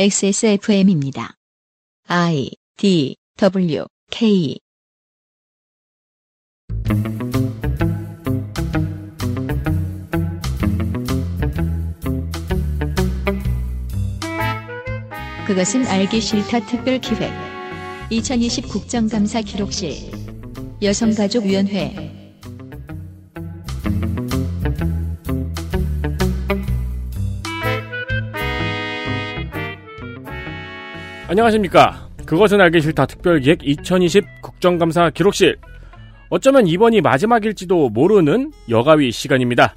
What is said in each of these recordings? XSFM입니다. I D W K 그것은 알기 싫다 특별 기획 2020 국정감사 기록실 여성가족위원회 안녕하십니까. 그것은 알기 싫다 특별기획 2020 국정감사 기록실. 어쩌면 이번이 마지막일지도 모르는 여가위 시간입니다.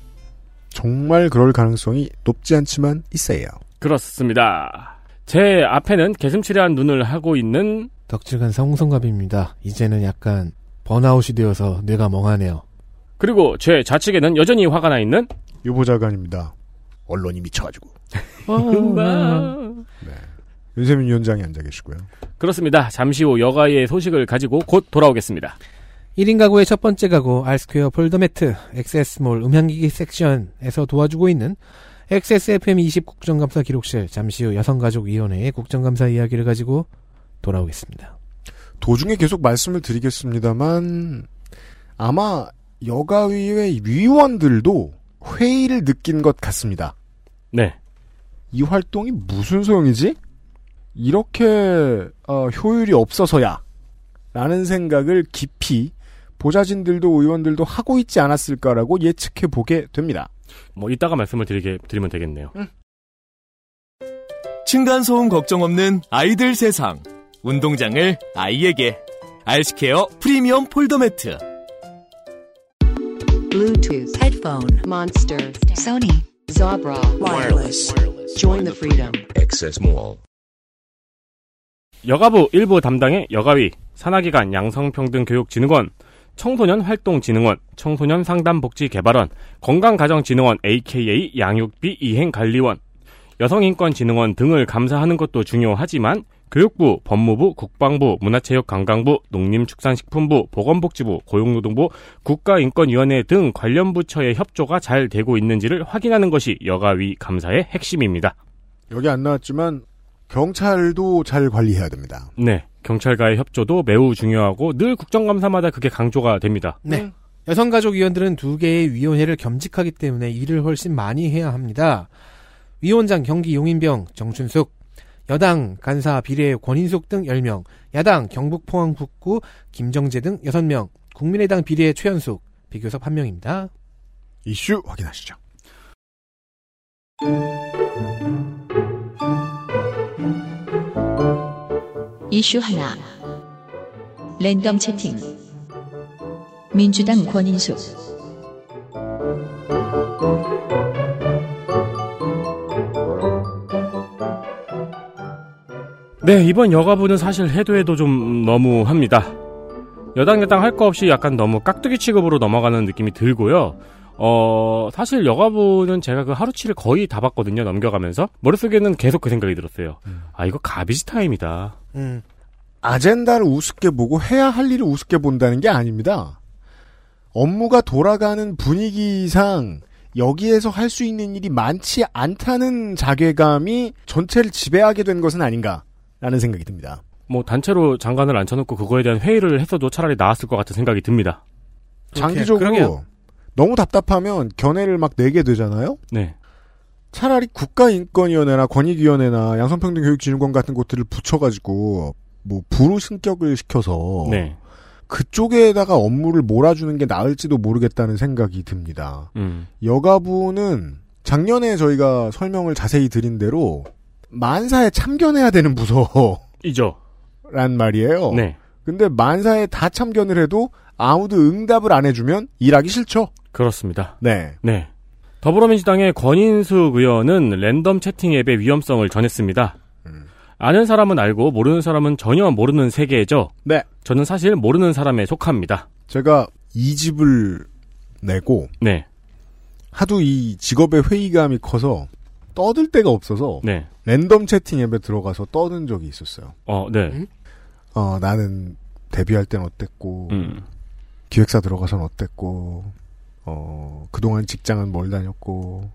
정말 그럴 가능성이 높지 않지만 있어요. 그렇습니다. 제 앞에는 개슴츠레한 눈을 하고 있는 덕질간 성성갑입니다. 이제는 약간 번아웃이 되어서 뇌가 멍하네요. 그리고 제 좌측에는 여전히 화가 나 있는 유보자관입니다. 언론이 미쳐가지고. 어, 네. 윤세민 위원장이 앉아 계시고요. 그렇습니다. 잠시 후 여가위의 소식을 가지고 곧 돌아오겠습니다. 1인 가구의 첫 번째 가구 알스퀘어 폴더매트 XS몰 음향기기 섹션에서 도와주고 있는 XSFM 20 국정감사 기록실 잠시 후 여성가족위원회의 국정감사 이야기를 가지고 돌아오겠습니다. 도중에 계속 말씀을 드리겠습니다만 아마 여가위의 위원들도 회의를 느낀 것 같습니다. 네. 이 활동이 무슨 소용이지? 이렇게 어, 효율이 없어서야 라는 생각을 깊이 보좌진들도 의원들도 하고 있지 않았을까라고 예측해 보게 됩니다. 뭐 이따가 말씀을 드리게 드리면 되겠네요. 층간소음 걱정 없는 아이들 세상. 운동장을 아이에게. 알스케어 프리미엄 폴더 매트. Bluetooth, headphone, monster, Sony, Zabra, wireless. Join the freedom. 여가부 일부 담당의 여가위, 산하기관 양성평등교육진흥원, 청소년활동진흥원, 청소년상담복지개발원, 건강가정진흥원 aka 양육비 이행관리원, 여성인권진흥원 등을 감사하는 것도 중요하지만 교육부, 법무부, 국방부, 문화체육관광부, 농림축산식품부, 보건복지부, 고용노동부, 국가인권위원회 등 관련 부처의 협조가 잘 되고 있는지를 확인하는 것이 여가위 감사의 핵심입니다. 여기 안 나왔지만 경찰도 잘 관리해야 됩니다. 네. 경찰과의 협조도 매우 중요하고 늘 국정감사마다 그게 강조가 됩니다. 네. 여성가족위원들은 두 개의 위원회를 겸직하기 때문에 일을 훨씬 많이 해야 합니다. 위원장 경기 용인병 정춘숙, 여당 간사 비례 권인숙 등 10명, 야당 경북 포항 북구 김정재 등 6명, 국민의당 비례 최연숙, 비교섭 1명입니다. 이슈 확인하시죠. 이슈 하나 랜덤 채팅 민주당 권인숙 네, 이번 여가부는 사실 해도 해도 좀 너무합니다. 여당 여당 할 거 없이 약간 너무 깍두기 취급으로 넘어가는 느낌이 들고요. 어, 사실 여가부는 제가 그 하루치를 거의 다 봤거든요, 넘겨가면서. 머릿속에는 계속 그 생각이 들었어요. 아, 이거 가비지 타임이다. 음. 아젠다를 우습게 보고 해야 할 일을 우습게 본다는 게 아닙니다. 업무가 돌아가는 분위기상 여기에서 할 수 있는 일이 많지 않다는 자괴감이 전체를 지배하게 된 것은 아닌가라는 생각이 듭니다. 뭐, 단체로 장관을 앉혀놓고 그거에 대한 회의를 했어도 차라리 나았을 것 같은 생각이 듭니다. 장기적으로 너무 답답하면 견해를 막 내게 되잖아요. 네. 차라리 국가인권위원회나 권익위원회나 양성평등교육진흥원 같은 곳들을 붙여가지고 뭐 부로 승격을 시켜서 네. 그쪽에다가 업무를 몰아주는 게 나을지도 모르겠다는 생각이 듭니다. 음. 여가부는 작년에 저희가 설명을 자세히 드린 대로 만사에 참견해야 되는 부서란 이죠. 말이에요. 네. 근데 만사에 다 참견을 해도 아무도 응답을 안 해주면 일하기 싫죠. 그렇습니다. 네. 네. 더불어민주당의 권인숙 의원은 랜덤 채팅 앱의 위험성을 전했습니다. 아는 사람은 알고 모르는 사람은 전혀 모르는 세계죠. 네. 저는 사실 모르는 사람에 속합니다. 제가 이 집을 내고 네. 하도 이 직업의 회의감이 커서 떠들 데가 없어서 네. 랜덤 채팅 앱에 들어가서 떠든 적이 있었어요. 어, 네. 음? 어, 나는 데뷔할 땐 어땠고 음. 기획사 들어가선 어땠고, 어, 그동안 직장은 뭘 다녔고,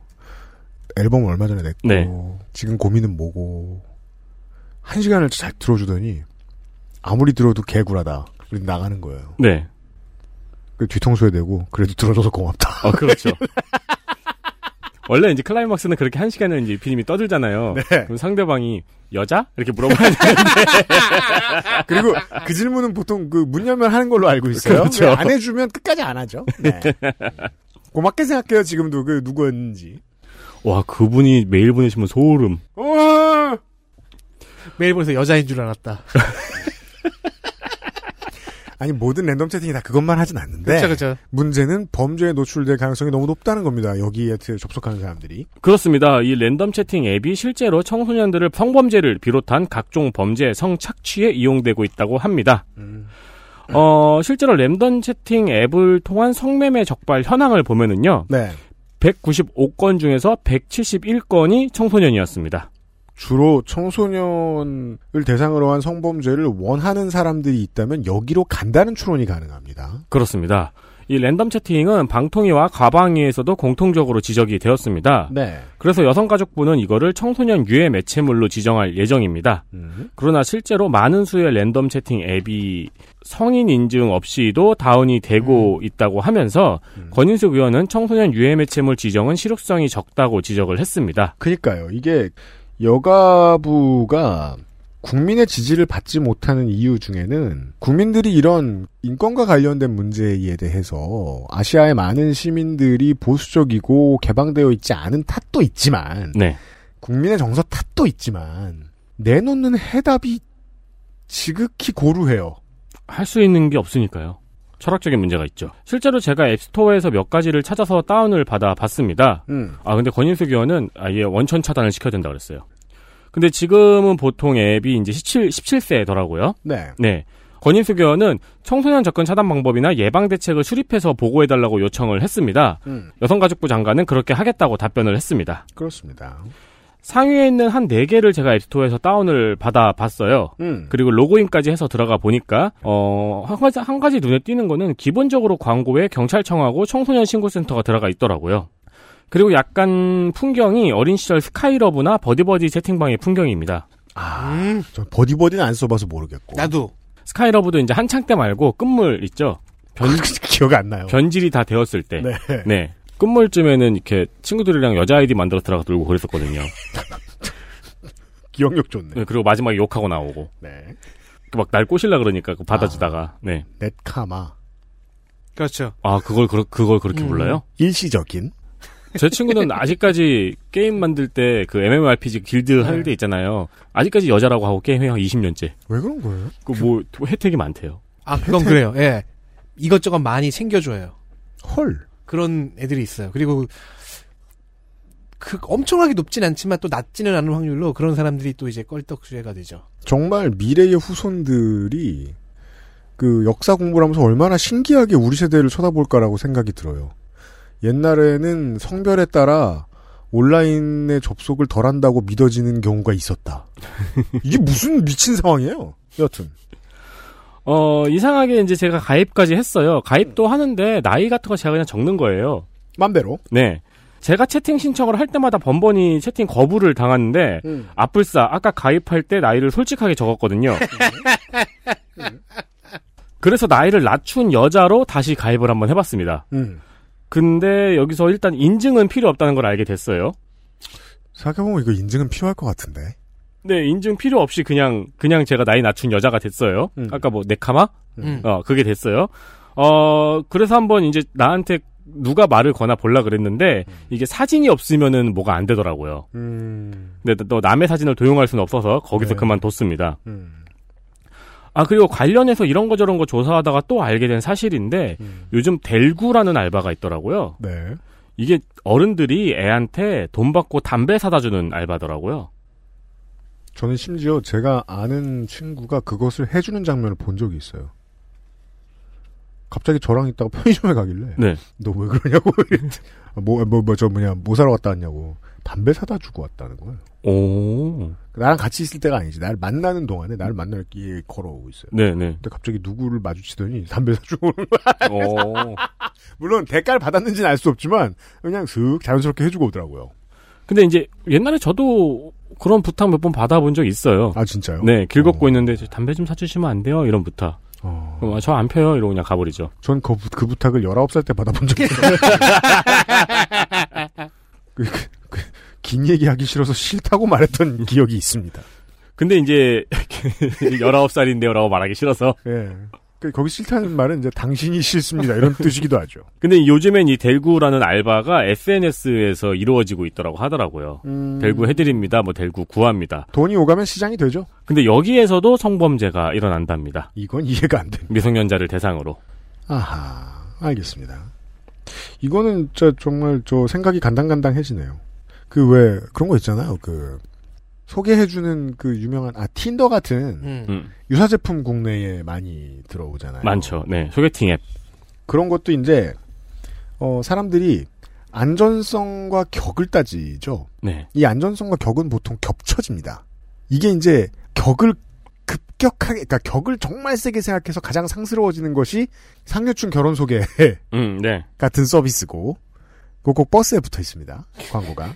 앨범 얼마 전에 냈고, 네. 지금 고민은 뭐고, 한 시간을 잘 들어주더니 아무리 들어도 개구라다. 그래서 나가는 거예요. 네. 그 뒤통수에 대고 그래도 들어줘서 고맙다. 어, 그렇죠. 원래 이제 클라이막스는 그렇게 한 시간을 이제 피님이 떠들잖아요. 그럼 상대방이 여자? 이렇게 물어봐야 돼. 그리고 그 질문은 보통 그 문 열면 하는 걸로 알고 있어요. 그렇죠. 안 해주면 끝까지 안 하죠. 네. 고맙게 생각해요. 지금도 그 누구였는지. 와, 그분이 메일 보내시면 소름. 어! 메일보에서 여자인 줄 알았다. 아니 모든 랜덤 채팅이 다 그것만 하진 않는데 그쵸, 그쵸. 문제는 범죄에 노출될 가능성이 너무 높다는 겁니다. 여기에 접속하는 사람들이. 그렇습니다. 이 랜덤 채팅 앱이 실제로 청소년들을 성범죄를 비롯한 각종 범죄, 성착취에 이용되고 있다고 합니다. 어, 실제로 랜덤 채팅 앱을 통한 성매매 적발 현황을 보면은요, 네. 195건 중에서 171건이 청소년이었습니다. 주로 청소년을 대상으로 한 성범죄를 원하는 사람들이 있다면 여기로 간다는 추론이 가능합니다. 그렇습니다. 이 랜덤 채팅은 방통위와 가방위에서도 공통적으로 지적이 되었습니다. 네. 그래서 여성가족부는 이거를 청소년 유해 매체물로 지정할 예정입니다. 음. 그러나 실제로 많은 수의 랜덤 채팅 앱이 성인 인증 없이도 다운이 되고 있다고 하면서 권인숙 의원은 청소년 유해 매체물 지정은 실효성이 적다고 지적을 했습니다. 그니까요. 이게 여가부가 국민의 지지를 받지 못하는 이유 중에는 국민들이 이런 인권과 관련된 문제에 대해서 아시아의 많은 시민들이 보수적이고 개방되어 있지 않은 탓도 있지만 네. 국민의 정서 탓도 있지만 내놓는 해답이 지극히 고루해요. 할 수 있는 게 없으니까요. 철학적인 문제가 있죠. 실제로 제가 앱스토어에서 몇 가지를 찾아서 다운을 받아 봤습니다. 음. 아 근데 권인숙 의원은 아예 원천 차단을 시켜야 된다 그랬어요. 근데 지금은 보통 앱이 이제 17 17세더라고요. 네. 네. 권인숙 의원은 청소년 접근 차단 방법이나 예방 대책을 수립해서 보고해달라고 요청을 했습니다. 음. 여성가족부 장관은 그렇게 하겠다고 답변을 했습니다. 그렇습니다. 상위에 있는 한 4개를 제가 앱스토어에서 다운을 받아봤어요. 음. 그리고 로그인까지 해서 들어가 보니까 어, 한 가지, 한 가지 눈에 띄는 거는 기본적으로 광고에 경찰청하고 청소년 신고센터가 들어가 있더라고요. 그리고 약간 풍경이 어린 시절 스카이러브나 버디버디 채팅방의 풍경입니다. 아, 음, 저 버디버디는 안 써봐서 모르겠고. 나도. 스카이러브도 이제 한창 때 말고 끝물 있죠. 변, 기억 안 나요. 변질이 다 되었을 때. 어. 네. 네. 끝물쯤에는 이렇게 친구들이랑 여자 아이디 만들어 들어가 놀고 그랬었거든요. 기억력 좋네. 네, 그리고 마지막에 욕하고 나오고 네. 막 날 꼬실라 그러니까 그거 받아주다가 네. 넷카마. 그렇죠. 아 그걸 그걸 그렇게 불러요? 일시적인. 제 친구는 아직까지 게임 만들 때 그 MMORPG 길드 할 때 있잖아요. 아직까지 여자라고 하고 게임해요 20년째. 왜 그런 거예요? 그 뭐 혜택이 많대요. 아, 그건 그래요. 예. 이것저것 많이 챙겨줘요. 헐. 그런 애들이 있어요. 그리고 그 엄청나게 높진 않지만 또 낮지는 않은 확률로 그런 사람들이 또 이제 껄떡수혜가 되죠. 정말 미래의 후손들이 그 역사 공부를 하면서 얼마나 신기하게 우리 세대를 쳐다볼까라고 생각이 들어요. 옛날에는 성별에 따라 온라인에 접속을 덜 한다고 믿어지는 경우가 있었다. 이게 무슨 미친 상황이에요? 여튼. 어 이상하게 이제 제가 가입까지 했어요. 가입도 하는데 나이 같은 거 제가 그냥 적는 거예요. 맘대로. 네. 제가 채팅 신청을 할 때마다 번번이 채팅 거부를 당하는데 아뿔싸 아까 가입할 때 나이를 솔직하게 적었거든요. 그래서 나이를 낮춘 여자로 다시 가입을 한번 해봤습니다. 음. 근데 여기서 일단 인증은 필요 없다는 걸 알게 됐어요. 생각해보면 이거 인증은 필요할 것 같은데. 네, 인증 필요 없이 그냥 그냥 제가 나이 낮춘 여자가 됐어요. 음. 아까 뭐 네카마 음. 어, 그게 됐어요. 어, 그래서 한번 이제 나한테 누가 말을 거나 볼라 그랬는데 이게 사진이 없으면은 뭐가 안 되더라고요. 음. 근데 또 남의 사진을 도용할 수는 없어서 거기서 네. 그만뒀습니다. 음. 아 그리고 관련해서 이런 거 저런 거 조사하다가 또 알게 된 사실인데 음. 요즘 델구라는 알바가 있더라고요. 네. 이게 어른들이 애한테 돈 받고 담배 사다 주는 알바더라고요. 저는 심지어 제가 아는 친구가 그것을 해주는 장면을 본 적이 있어요. 갑자기 저랑 있다가 편의점에 가길래 네. 너 왜 그러냐고 뭐뭐뭐저 뭐냐 뭐 사러 갔다 왔냐고 담배 사다 주고 왔다는 거예요. 오. 나랑 같이 있을 때가 아니지. 나를 만나는 동안에 나를 만날 길에 걸어오고 있어요. 네네. 근데 갑자기 누구를 마주치더니 담배 사주고 오는 오. 어. 물론 대가를 받았는지는 알 수 없지만 그냥 슥 자연스럽게 해주고 오더라고요. 근데 이제 옛날에 저도 그런 부탁 몇 번 받아본 적 있어요. 아 진짜요? 네, 길 걷고 어. 있는데 저 담배 좀 사주시면 안 돼요? 이런 부탁. 어. 그럼 아, 저 안 펴요? 이러고 그냥 가버리죠. 전 그, 부- 그 부탁을 19살 때 받아본 적이 있어요. 그, 그, 그, 긴 얘기하기 싫어서 싫다고 말했던 기억이 있습니다. 근데 이제 19살인데요 라고 말하기 싫어서. 예. 그, 거기 싫다는 말은 이제 당신이 싫습니다. 이런 뜻이기도 하죠. 근데 요즘엔 이 델구라는 알바가 SNS에서 이루어지고 있더라고 하더라고요. 음, 델구 해드립니다. 뭐 델구 구합니다. 돈이 오가면 시장이 되죠. 근데 여기에서도 성범죄가 일어난답니다. 이건 이해가 안 됩니다. 미성년자를 대상으로. 아하, 알겠습니다. 이거는 진짜 정말 저 생각이 간당간당해지네요. 그 왜 그런 거 있잖아요. 그 소개해주는 그 유명한 아 틴더 같은 음. 음, 유사 제품 국내에 많이 들어오잖아요. 많죠. 네. 소개팅 앱. 그런 것도 이제 어, 사람들이 안전성과 격을 따지죠. 네. 이 안전성과 격은 보통 겹쳐집니다. 이게 이제 격을 급격하게, 그러니까 격을 정말 세게 생각해서 가장 상스러워지는 것이 상류층 결혼 소개 음, 네. 같은 서비스고, 그거 꼭 버스에 붙어 있습니다. 광고가.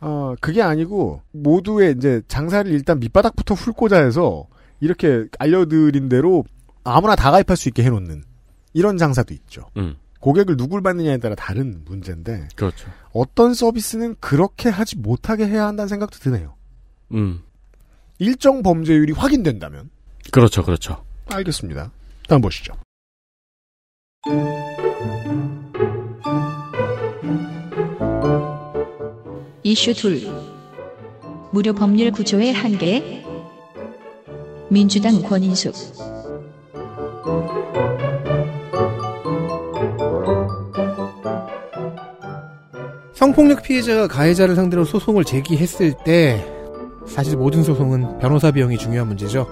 어, 그게 아니고, 모두의 이제 장사를 일단 밑바닥부터 훑고자 해서, 이렇게 알려드린 대로 아무나 다 가입할 수 있게 해놓는, 이런 장사도 있죠. 음. 고객을 누굴 받느냐에 따라 다른 문제인데, 그렇죠. 어떤 서비스는 그렇게 하지 못하게 해야 한다는 생각도 드네요. 음. 일정 범죄율이 확인된다면. 그렇죠. 그렇죠. 알겠습니다. 다음 보시죠. 이슈 둘 무료 법률 구조의 한계 민주당 권인숙 성폭력 피해자가 가해자를 상대로 소송을 제기했을 때 사실 모든 소송은 변호사 비용이 중요한 문제죠.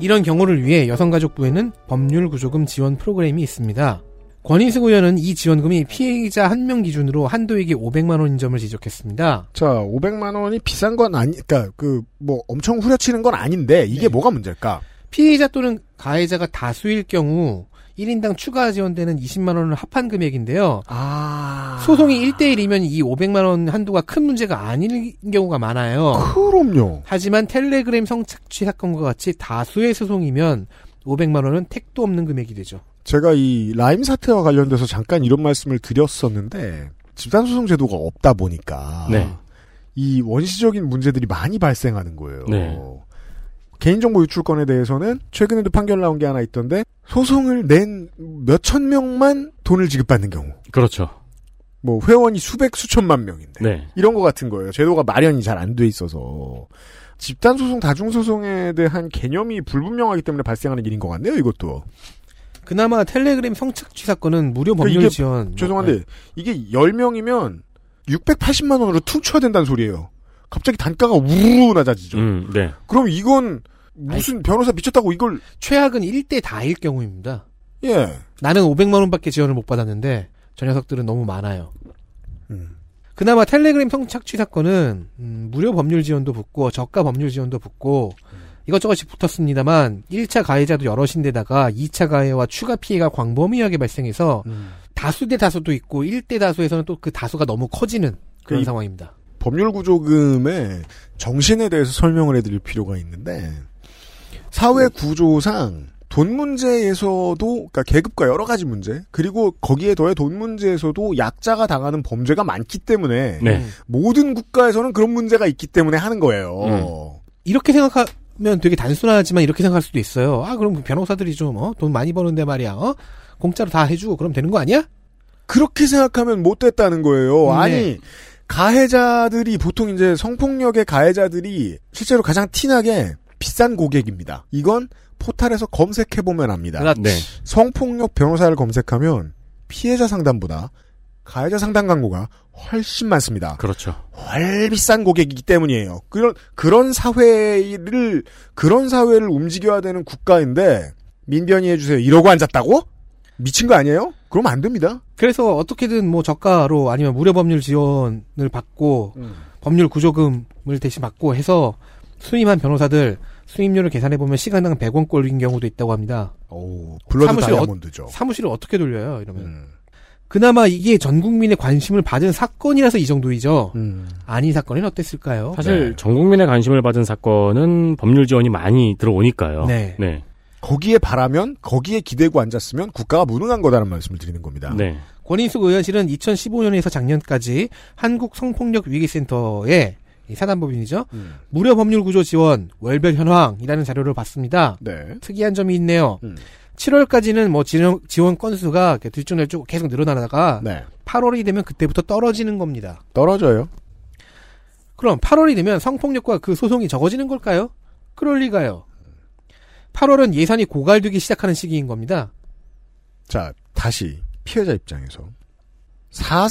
이런 경우를 위해 여성가족부에는 법률구조금 지원 프로그램이 있습니다. 권인숙 의원은 이 지원금이 피해자 한 명 기준으로 한도액이 500만 원인 점을 지적했습니다. 자, 500만 원이 비싼 건 아니, 그니까, 그, 뭐, 엄청 후려치는 건 아닌데, 이게 네. 뭐가 문제일까? 피해자 또는 가해자가 다수일 경우 1인당 추가 지원되는 20만 원을 합한 금액인데요. 아. 소송이 1대1이면 이 500만 원 한도가 큰 문제가 아닌 경우가 많아요. 그럼요. 하지만 텔레그램 성착취 사건과 같이 다수의 소송이면 500만 원은 택도 없는 금액이 되죠. 제가 이 라임 사태와 관련돼서 잠깐 이런 말씀을 드렸었는데, 집단소송 제도가 없다 보니까, 네. 이 원시적인 문제들이 많이 발생하는 거예요. 네. 개인정보 유출권에 대해서는 최근에도 판결 나온 게 하나 있던데, 소송을 낸 몇천 명만 돈을 지급받는 경우, 그렇죠. 뭐, 회원이 수백, 수천만 명인데, 네. 이런 거 같은 거예요. 제도가 마련이 잘 안 돼 있어서 집단 소송, 다중 소송에 대한 개념이 불분명하기 때문에 발생하는 일인 것 같네요. 이것도 그나마 텔레그램 성착취 사건은 무료 법률 이게 지원. 죄송한데 네. 이게 10명이면 680만 원으로 툭 쳐야 된다는 소리예요. 갑자기 단가가 우르르 낮아지죠. 음, 네. 그럼 이건 무슨 변호사 미쳤다고 이걸 최악은 1대 다일 경우입니다. 예. 나는 500만 원밖에 지원을 못 받았는데 저 녀석들은 너무 많아요. 음. 그나마 텔레그램 성착취 사건은 음, 무료 법률 지원도 붙고 저가 법률 지원도 붙고 이것저것이 붙었습니다만 1차 가해자도 여럿인데다가 2차 가해와 추가 피해가 광범위하게 발생해서 다수 대 다수도 있고 1대 다수에서는 또 그 다수가 너무 커지는 그런 그 이- 상황입니다. 법률 구조금의 정신에 대해서 설명을 해드릴 필요가 있는데 사회 네. 구조상 돈 문제에서도 그러니까 계급과 여러 가지 문제 그리고 거기에 더해 돈 문제에서도 약자가 당하는 범죄가 많기 때문에 네. 음. 모든 국가에서는 그런 문제가 있기 때문에 하는 거예요. 음. 이렇게 생각하면 되게 단순하지만 이렇게 생각할 수도 있어요. 아 그럼 그 변호사들이 좀 어? 돈 많이 버는데 말이야. 어? 공짜로 다 해주고 그럼 되는 거 아니야? 그렇게 생각하면 못 됐다는 거예요. 네. 아니 가해자들이 보통 이제 성폭력의 가해자들이 실제로 가장 티나게 비싼 고객입니다. 이건 포탈에서 검색해 보면 압니다. 네. 성폭력 변호사를 검색하면 피해자 상담보다 가해자 상담 광고가 훨씬 많습니다. 그렇죠. 훨 비싼 고객이기 때문이에요. 그런 그런 사회를 그런 사회를 움직여야 되는 국가인데 민변이 해주세요. 이러고 앉았다고? 미친 거 아니에요? 그럼 안 됩니다. 그래서 어떻게든 뭐 저가로 아니면 무료 법률 지원을 받고 음. 법률 구조금을 대신 받고 해서 수임한 변호사들 수임료를 계산해 보면 시간당 100원꼴인 경우도 있다고 합니다. 오, 블러드 사무실 어- 다이아몬드죠. 사무실을 어떻게 돌려요? 이러면 음. 그나마 이게 전 국민의 관심을 받은 사건이라서 이 정도이죠. 음. 아닌 사건은 어땠을까요? 사실 전 국민의 관심을 받은 사건은 법률 지원이 많이 들어오니까요. 네. 네. 거기에 바라면 거기에 기대고 앉았으면 국가가 무능한 거다라는 말씀을 드리는 겁니다. 네. 권인숙 의원실은 2015년에서 작년까지 한국 성폭력 위기센터의 이 사단법인이죠. 음. 무료 법률 구조 지원 월별 현황이라는 자료를 봤습니다. 네. 특이한 점이 있네요. 음. 7월까지는 뭐 지원, 지원 건수가 이렇게 들쭉날쭉 계속 늘어나다가 네. 8월이 되면 그때부터 떨어지는 겁니다. 떨어져요. 그럼 8월이 되면 성폭력과 그 소송이 적어지는 걸까요? 그럴 리가요. 8월은 예산이 고갈되기 시작하는 시기인 겁니다. 자, 다시 피해자 입장에서 4,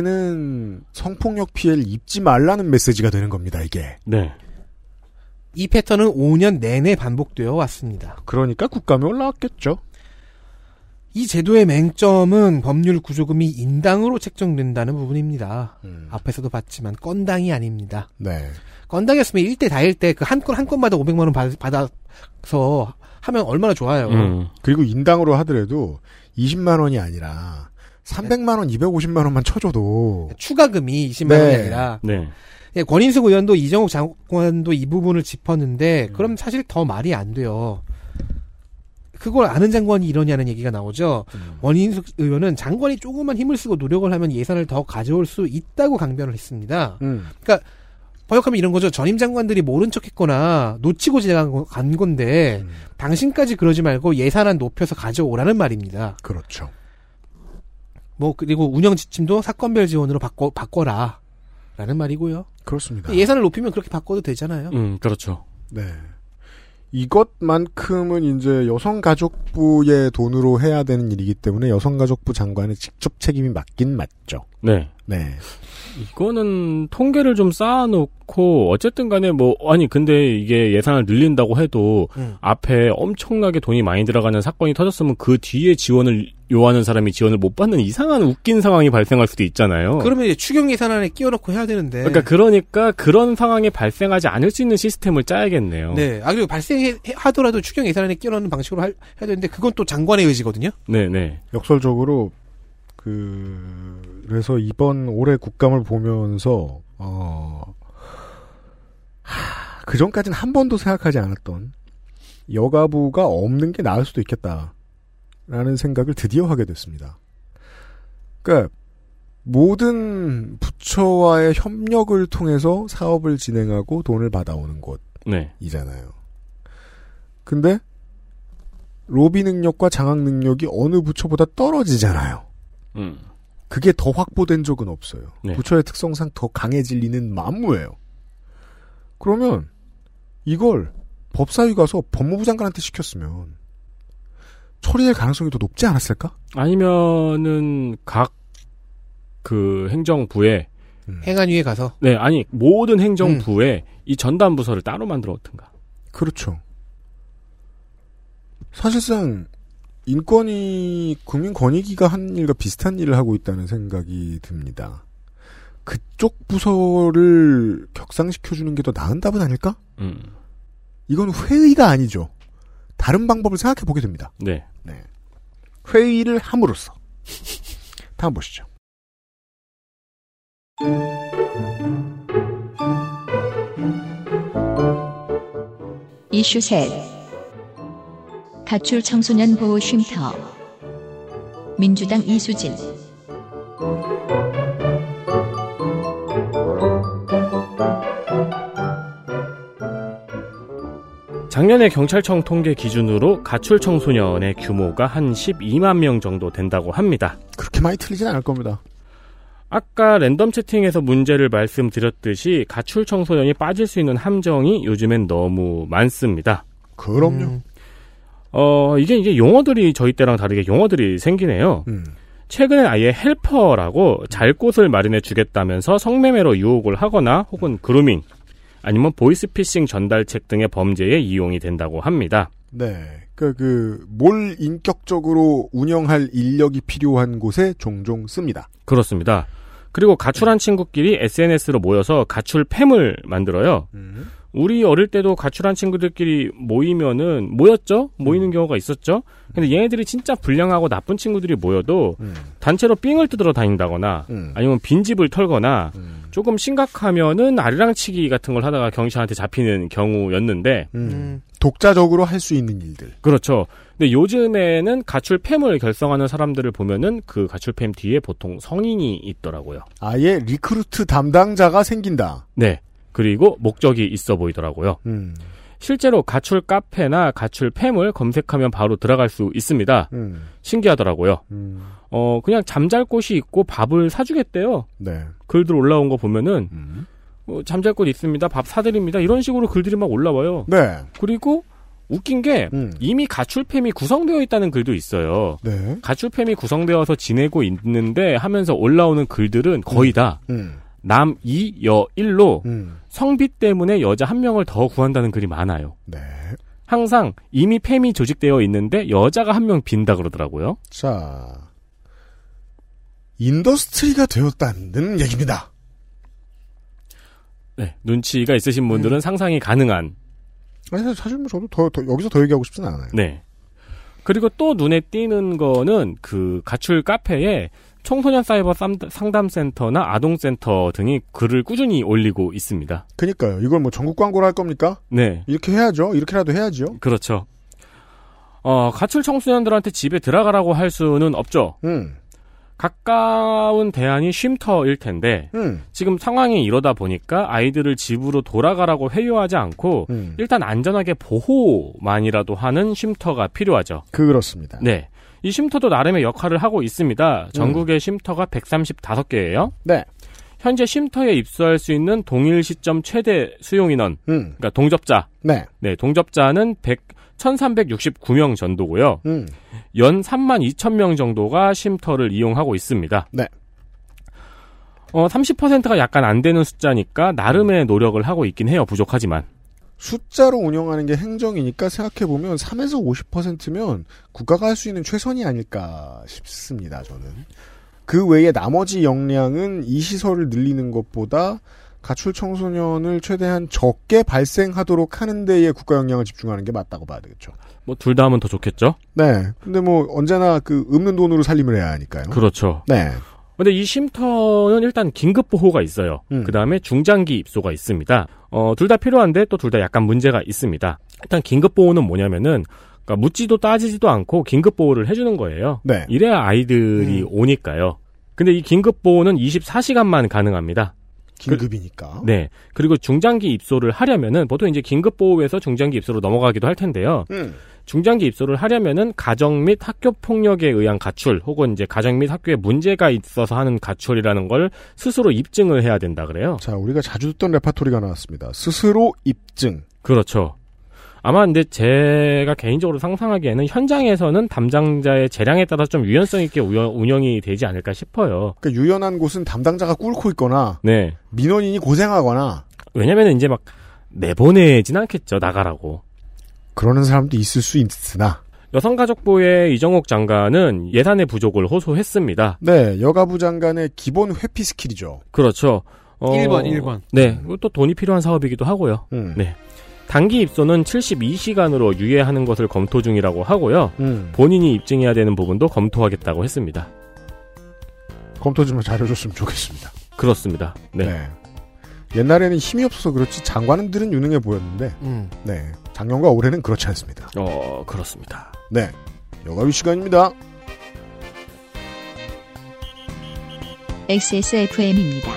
4분기에는 성폭력 피해를 입지 말라는 메시지가 되는 겁니다, 이게. 네. 이 패턴은 5년 내내 반복되어 왔습니다. 그러니까 국감이 올라왔겠죠. 이 제도의 맹점은 법률 구조금이 인당으로 책정된다는 부분입니다. 음. 앞에서도 봤지만 건당이 아닙니다. 네. 건당이었으면 1대 다일 때 그 한 건 한 건마다 500만 원 받- 받아서 하면 얼마나 좋아요. 음. 그리고 인당으로 하더라도 20만 원이 아니라 300만 원, 250만 원만 쳐줘도 추가금이 20만 네. 원이 아니라 네. 예, 권인숙 의원도 이정욱 장관도 이 부분을 짚었는데 그럼 사실 더 말이 안 돼요. 그걸 아는 장관이 이러냐는 얘기가 나오죠. 원인숙 의원은 장관이 조금만 힘을 쓰고 노력을 하면 예산을 더 가져올 수 있다고 강변을 했습니다. 음. 번역하면 이런 거죠. 전임 장관들이 모른 척했거나 놓치고 지나간 거- 간 건데 음. 당신까지 그러지 말고 예산안 높여서 가져오라는 말입니다. 그렇죠. 뭐 그리고 운영 지침도 사건별 지원으로 바꿔 바꿔라. 라는 말이고요. 그렇습니다. 예산을 높이면 그렇게 바꿔도 되잖아요. 음, 그렇죠. 네. 이것만큼은 이제 여성가족부의 돈으로 해야 되는 일이기 때문에 여성가족부 장관의 직접 책임이 맞긴 맞죠. 네. 네. 이거는 통계를 좀 쌓아놓고 어쨌든 간에 뭐 아니 근데 이게 예산을 늘린다고 해도 음. 앞에 엄청나게 돈이 많이 들어가는 사건이 터졌으면 그 뒤에 지원을 요하는 사람이 지원을 못 받는 이상한 웃긴 상황이 발생할 수도 있잖아요. 그러면 이제 추경 예산안에 끼워넣고 해야 되는데. 어. 그러니까 그러니까 그런 상황이 발생하지 않을 수 있는 시스템을 짜야겠네요. 네. 아 그리고 발생하더라도 추경 예산안에 끼워넣는 방식으로 할- 해야 되는데 그건 또 장관의 의지거든요. 네, 네. 역설적으로 그 그래서 이번 올해 국감을 보면서 어그 전까지는 한 번도 생각하지 않았던 여가부가 없는 게 나을 수도 있겠다라는 생각을 드디어 하게 됐습니다. 그러니까 모든 부처와의 협력을 통해서 사업을 진행하고 돈을 받아오는 곳. 네. 이잖아요. 근데 로비 능력과 장악 능력이 어느 부처보다 떨어지잖아요. 음. 그게 더 확보된 적은 없어요. 네. 부처의 특성상 더 강해질리는 만무예요. 그러면 이걸 법사위 가서 법무부 장관한테 시켰으면 처리될 가능성이 더 높지 않았을까? 아니면은 각 그 행정부에 음. 행안위에 가서 네, 아니 모든 음. 행정부에 이 전담 부서를 따로 만들어 놓든가. 그렇죠. 사실상 인권이 국민권익위가 한 일과 비슷한 일을 하고 있다는 생각이 듭니다. 그쪽 부서를 격상시켜주는 게 더 나은 답은 아닐까? 음. 이건 회의가 아니죠. 다른 방법을 생각해 보게 됩니다. 네. 회의를 함으로써. 다음 보시죠. 이슈 셋 가출 청소년 보호 쉼터 민주당 이수진 작년에 경찰청 통계 기준으로 가출 청소년의 규모가 한 12만 명 정도 된다고 합니다. 그렇게 많이 틀리진 않을 겁니다. 아까 랜덤 채팅에서 문제를 말씀드렸듯이 가출 청소년이 빠질 수 있는 함정이 요즘엔 너무 많습니다. 그럼요. 음, 어, 이게 이제 용어들이 저희 때랑 다르게 용어들이 생기네요. 음. 최근에 아예 헬퍼라고 잘 곳을 마련해 주겠다면서 성매매로 유혹을 하거나 혹은 그루밍 아니면 보이스피싱 전달책 등의 범죄에 이용이 된다고 합니다. 네. 그, 그, 뭘 인격적으로 운영할 인력이 필요한 곳에 종종 씁니다. 음. 그렇습니다. 그리고 가출한 친구끼리 SNS로 모여서 가출팸을 만들어요. 우리 어릴 때도 가출한 친구들끼리 모이면은 모였죠? 음. 모이는 경우가 있었죠? 근데 얘네들이 진짜 불량하고 나쁜 친구들이 모여도 음. 단체로 삥을 뜯으러 다닌다거나 음. 아니면 빈집을 털거나 조금 심각하면은 아리랑치기 같은 걸 하다가 경찰한테 잡히는 경우였는데 음. 독자적으로 할 수 있는 일들. 그렇죠. 근데 요즘에는 가출팸을 결성하는 사람들을 보면은 그 가출팸 뒤에 보통 성인이 있더라고요. 아예 리크루트 담당자가 생긴다. 네. 그리고 목적이 있어 보이더라고요. 음. 실제로 가출 카페나 가출 팸을 검색하면 바로 들어갈 수 있습니다. 음. 신기하더라고요. 음. 어, 그냥 잠잘 곳이 있고 밥을 사주겠대요. 네. 글들 올라온 거 보면은, 음. 어, 잠잘 곳 있습니다. 밥 사드립니다. 이런 식으로 글들이 막 올라와요. 네. 그리고 웃긴 게, 음. 이미 가출팸이 구성되어 있다는 글도 있어요. 네. 가출팸이 구성되어서 지내고 있는데 하면서 올라오는 글들은 거의 다 음. 남, 이, 여, 일로 음. 성비 때문에 여자 한 명을 더 구한다는 글이 많아요. 네. 항상 이미 팸이 조직되어 있는데 여자가 한 명 빈다 그러더라고요. 자. 인더스트리가 되었다는 얘기입니다. 네, 눈치가 있으신 분들은 상상이 가능한. 아니, 사실 뭐 저도 더, 더- 여기서 더 얘기하고 싶진 않아요. 네. 그리고 또 눈에 띄는 거는 그 가출 카페에 청소년 사이버 쌈- 상담센터나 아동센터 등이 글을 꾸준히 올리고 있습니다. 그니까요. 이걸 뭐 전국 광고를 할 겁니까? 네, 이렇게 해야죠. 이렇게라도 해야죠. 그렇죠. 어, 가출 청소년들한테 집에 들어가라고 할 수는 없죠. 음. 가까운 대안이 쉼터일 텐데 음. 지금 상황이 이러다 보니까 아이들을 집으로 돌아가라고 회유하지 않고 음. 일단 안전하게 보호만이라도 하는 쉼터가 필요하죠. 그렇습니다. 네. 이 쉼터도 나름의 역할을 하고 있습니다. 전국의 쉼터가 135개예요. 네. 현재 쉼터에 입소할 수 있는 동일 시점 최대 수용 인원, 음. 그러니까 동접자. 네. 네, 동접자는 100 1369명 정도고요. 음. 연 3만 2천 명 정도가 쉼터를 이용하고 있습니다. 네. 어, 30%가 약간 안 되는 숫자니까 나름의 노력을 하고 있긴 해요. 부족하지만. 숫자로 운영하는 게 행정이니까 생각해보면 3에서 50%면 국가가 할 수 있는 최선이 아닐까 싶습니다, 저는. 그 외에 나머지 역량은 이 시설을 늘리는 것보다 가출 청소년을 최대한 적게 발생하도록 하는 데에 국가 역량을 집중하는 게 맞다고 봐야 되겠죠. 뭐 둘 다 하면 더 좋겠죠? 네. 근데 뭐 언제나 그 없는 돈으로 살림을 해야 하니까요. 그렇죠. 네. 근데 이 쉼터는 일단 긴급 보호가 있어요. 음. 그다음에 중장기 입소가 있습니다. 어, 둘 다 필요한데 또 둘 다 약간 문제가 있습니다. 일단 긴급 보호는 뭐냐면은 그러니까 묻지도 따지지도 않고 긴급 보호를 해 주는 거예요. 네. 음. 이래야 아이들이 오니까요. 근데 이 긴급 보호는 24시간만 가능합니다. 긴급이니까. 네. 그리고 중장기 입소를 하려면은 보통 이제 긴급 보호에서 중장기 입소로 넘어가기도 할 텐데요. 음. 중장기 입소를 하려면은 가정 및 학교 폭력에 의한 가출 혹은 이제 가정 및 학교에 문제가 있어서 하는 가출이라는 걸 스스로 입증을 해야 된다 그래요. 자, 우리가 자주 듣던 레파토리가 나왔습니다. 스스로 입증. 그렇죠. 아마 근데 제가 개인적으로 상상하기에는 현장에서는 담당자의 재량에 따라 좀 유연성 있게 우여- 운영이 되지 않을까 싶어요. 그러니까 유연한 곳은 담당자가 꿇고 있거나 네. 민원인이 고생하거나 왜냐면은 이제 막 내보내진 않겠죠. 나가라고. 그러는 사람도 있을 수 있으나 여성가족부의 이정옥 장관은 예산의 부족을 호소했습니다. 네 여가부 장관의 기본 회피 스킬이죠. 그렇죠. 어, 1번, 1번. 네. 그리고 또 돈이 필요한 사업이기도 하고요. 음. 네. 단기 입소는 72시간으로 유예하는 것을 검토 중이라고 하고요. 음. 본인이 입증해야 되는 부분도 검토하겠다고 했습니다. 검토 좀 잘해줬으면 좋겠습니다. 그렇습니다. 네. 옛날에는 힘이 없어서 그렇지 장관들은 유능해 보였는데 음. 네 작년과 올해는 그렇지 않습니다. 어, 그렇습니다. 네 여가위 시간입니다. XSFM입니다.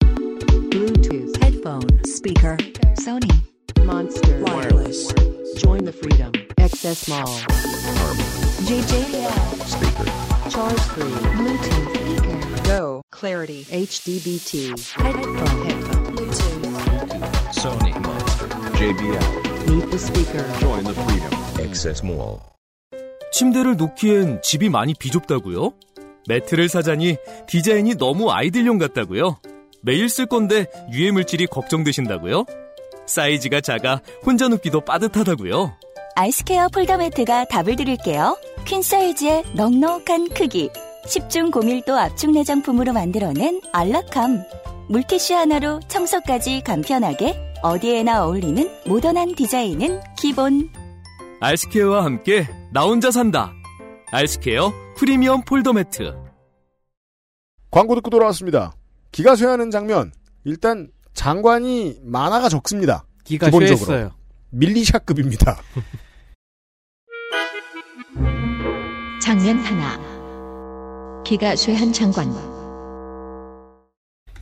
Bluetooth headphone speaker Sony Monster wireless. Join the freedom. XS Mall. JJL speaker. Charge free. Bluetooth speaker Go clarity. HDBT headphone. headphone. Sony Monster. JBL. Meet the speaker. Join the freedom. Excess Mall. 침대를 놓기엔 집이 많이 비좁다고요? 매트를 사자니 디자인이 너무 아이들용 같다고요? 매일 쓸 건데 유해 물질이 걱정되신다고요? 사이즈가 작아 혼자 눕기도 빠듯하다고요? 아이스케어 폴더 매트가 답을 드릴게요. 퀸 사이즈의 넉넉한 크기. 10중 고밀도 압축 내장품으로 만들어낸 알락함. 물티슈 하나로 청소까지 간편하게 어디에나 어울리는 모던한 디자인은 기본. 알스케어와 함께 나 혼자 산다. 알스케어 프리미엄 폴더 매트. 광고 듣고 돌아왔습니다. 기가 쇠하는 장면. 일단 장관이 만화가 적습니다. 기가 기본적으로. 쇠했어요. 밀리샤급입니다. 장면 하나. 기가 쇠한 장관.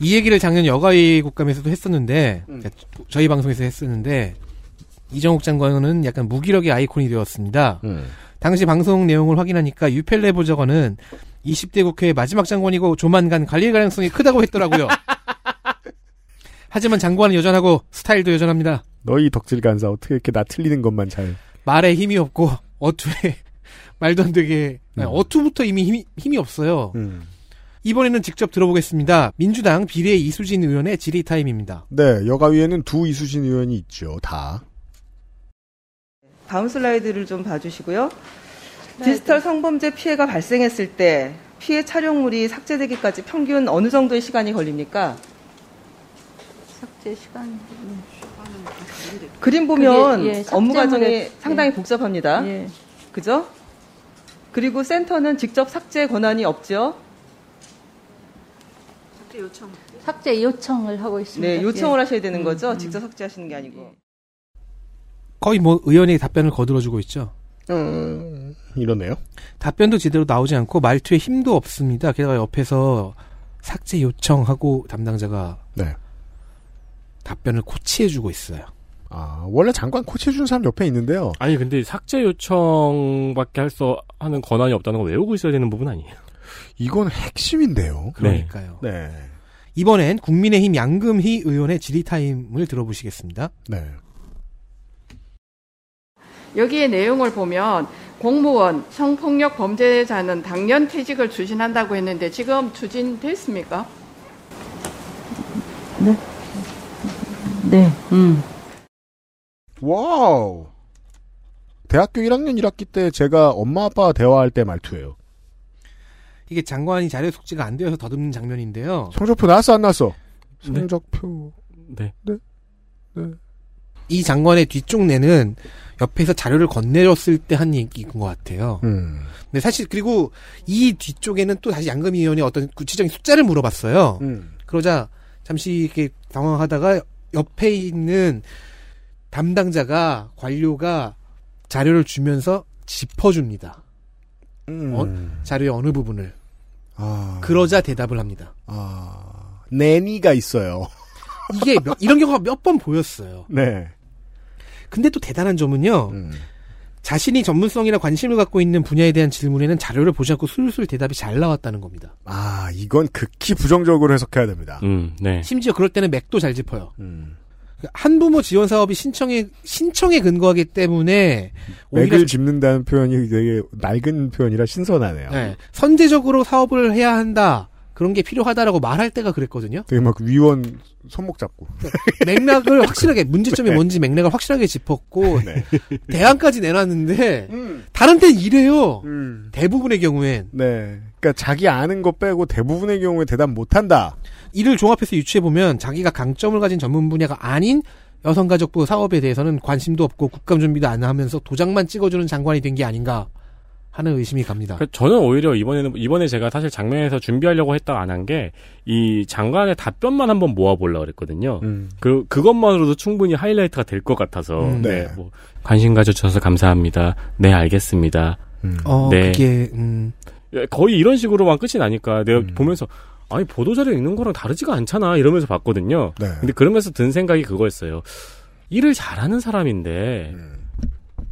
이 얘기를 작년 여가위 국감에서도 했었는데 음. 그러니까 저희 방송에서 했었는데 이정욱 장관은 약간 무기력의 아이콘이 되었습니다. 음. 당시 방송 내용을 확인하니까 유펠레 보좌관은 20대 국회의 마지막 장관이고 조만간 갈릴 가능성이 크다고 했더라고요. 하지만 장관은 여전하고 스타일도 여전합니다. 너희 덕질 간사 어떻게 이렇게 나 틀리는 것만 잘. 말에 힘이 없고 어투에 말도 안 되게 아니, 음. 어투부터 이미 힘이, 힘이 없어요. 음. 이번에는 직접 들어보겠습니다. 민주당 비례 이수진 의원의 질의 타임입니다. 네, 여가위에는 두 이수진 의원이 있죠. 다. 다음 슬라이드를 좀 봐주시고요. 디지털 성범죄 피해가 발생했을 때 피해 촬영물이 삭제되기까지 평균 어느 정도의 시간이 걸립니까? 삭제 시간. 음. 그림 보면 그게, 예, 삭제 업무 과정이 물에- 상당히 예. 복잡합니다. 예. 그죠? 그리고 센터는 직접 삭제 권한이 없죠? 삭제 요청을 하고 있습니다. 네, 요청을 예. 하셔야 되는 음, 거죠. 음. 직접 삭제하시는 게 아니고. 거의 뭐 의원의 답변을 거들어주고 있죠. 음, 이러네요. 답변도 제대로 나오지 않고 말투에 힘도 없습니다. 게다가 옆에서 삭제 요청하고 담당자가 네. 답변을 코치해주고 있어요. 아, 원래 장관 코치해주는 사람 옆에 있는데요. 아니 근데 삭제 요청밖에 할 수 하는 권한이 없다는 거 외우고 있어야 되는 부분 아니에요? 이건 핵심인데요. 그러니까요. 네. 이번엔 국민의힘 양금희 의원의 질의 타임을 들어보시겠습니다. 네. 여기에 내용을 보면 공무원 성폭력 범죄자는 당년 퇴직을 추진한다고 했는데 지금 추진됐습니까? 네, 음. 와우. 대학교 1학년 1학기 때 제가 엄마 아빠 대화할 때 말투예요. 이게 장관이 자료 숙지가 안 되어서 더듬는 장면인데요. 성적표 나왔어 안 나왔어? 네. 성적표. 네. 네. 이 장관의 뒤쪽 내는 옆에서 자료를 건네줬을 때 한 얘기인 것 같아요. 음. 근데 사실 그리고 이 뒤쪽에는 또 다시 양금희 의원이 어떤 구체적인 숫자를 물어봤어요. 음. 그러자 잠시 이렇게 당황하다가 옆에 있는 담당자가 관료가 자료를 주면서 짚어줍니다. 음. 자료의 어느 부분을. 아. 그러자 대답을 합니다. 아. 내니가 있어요. 이게 몇- 이런 경우가 몇 번 보였어요. 네. 근데 또 대단한 점은요. 음. 자신이 전문성이나 관심을 갖고 있는 분야에 대한 질문에는 자료를 보지 않고 술술 대답이 잘 나왔다는 겁니다. 아, 이건 극히 부정적으로 해석해야 됩니다. 음, 네. 심지어 그럴 때는 맥도 잘 짚어요. 음. 한부모 지원 사업이 신청에 신청에 근거하기 때문에 오히려 맥을 짚는다는 표현이 되게 낡은 표현이라 신선하네요. 네, 선제적으로 사업을 해야 한다. 그런 게 필요하다라고 말할 때가 그랬거든요. 되게 막 위원 손목 잡고. 맥락을 확실하게 문제점이 뭔지 맥락을 확실하게 짚었고 네. 대안까지 내놨는데 음. 다른 데는 이래요. 음. 대부분의 경우엔 네. 그러니까 자기 아는 거 빼고 대부분의 경우에 대답 못 한다. 이를 종합해서 유추해 보면 자기가 강점을 가진 전문 분야가 아닌 여성가족부 사업에 대해서는 관심도 없고 국감 준비도 안 하면서 도장만 찍어주는 장관이 된 게 아닌가 하는 의심이 갑니다. 그러니까 저는 오히려 이번에는 이번에 제가 사실 장면에서 준비하려고 했다가 안 한 게 이 장관의 답변만 한번 모아보려고 그랬거든요. 음. 그 그것만으로도 충분히 하이라이트가 될 것 같아서 음, 네. 네. 뭐, 관심 가져주셔서 감사합니다. 네 알겠습니다. 음. 어 네. 그게 음, 예, 거의 이런 식으로만 끝이 나니까 내가 음. 보면서 아니 보도자료 읽는 거랑 다르지가 않잖아 이러면서 봤거든요. 네. 근데 그러면서 든 생각이 그거였어요. 일을 잘하는 사람인데 음.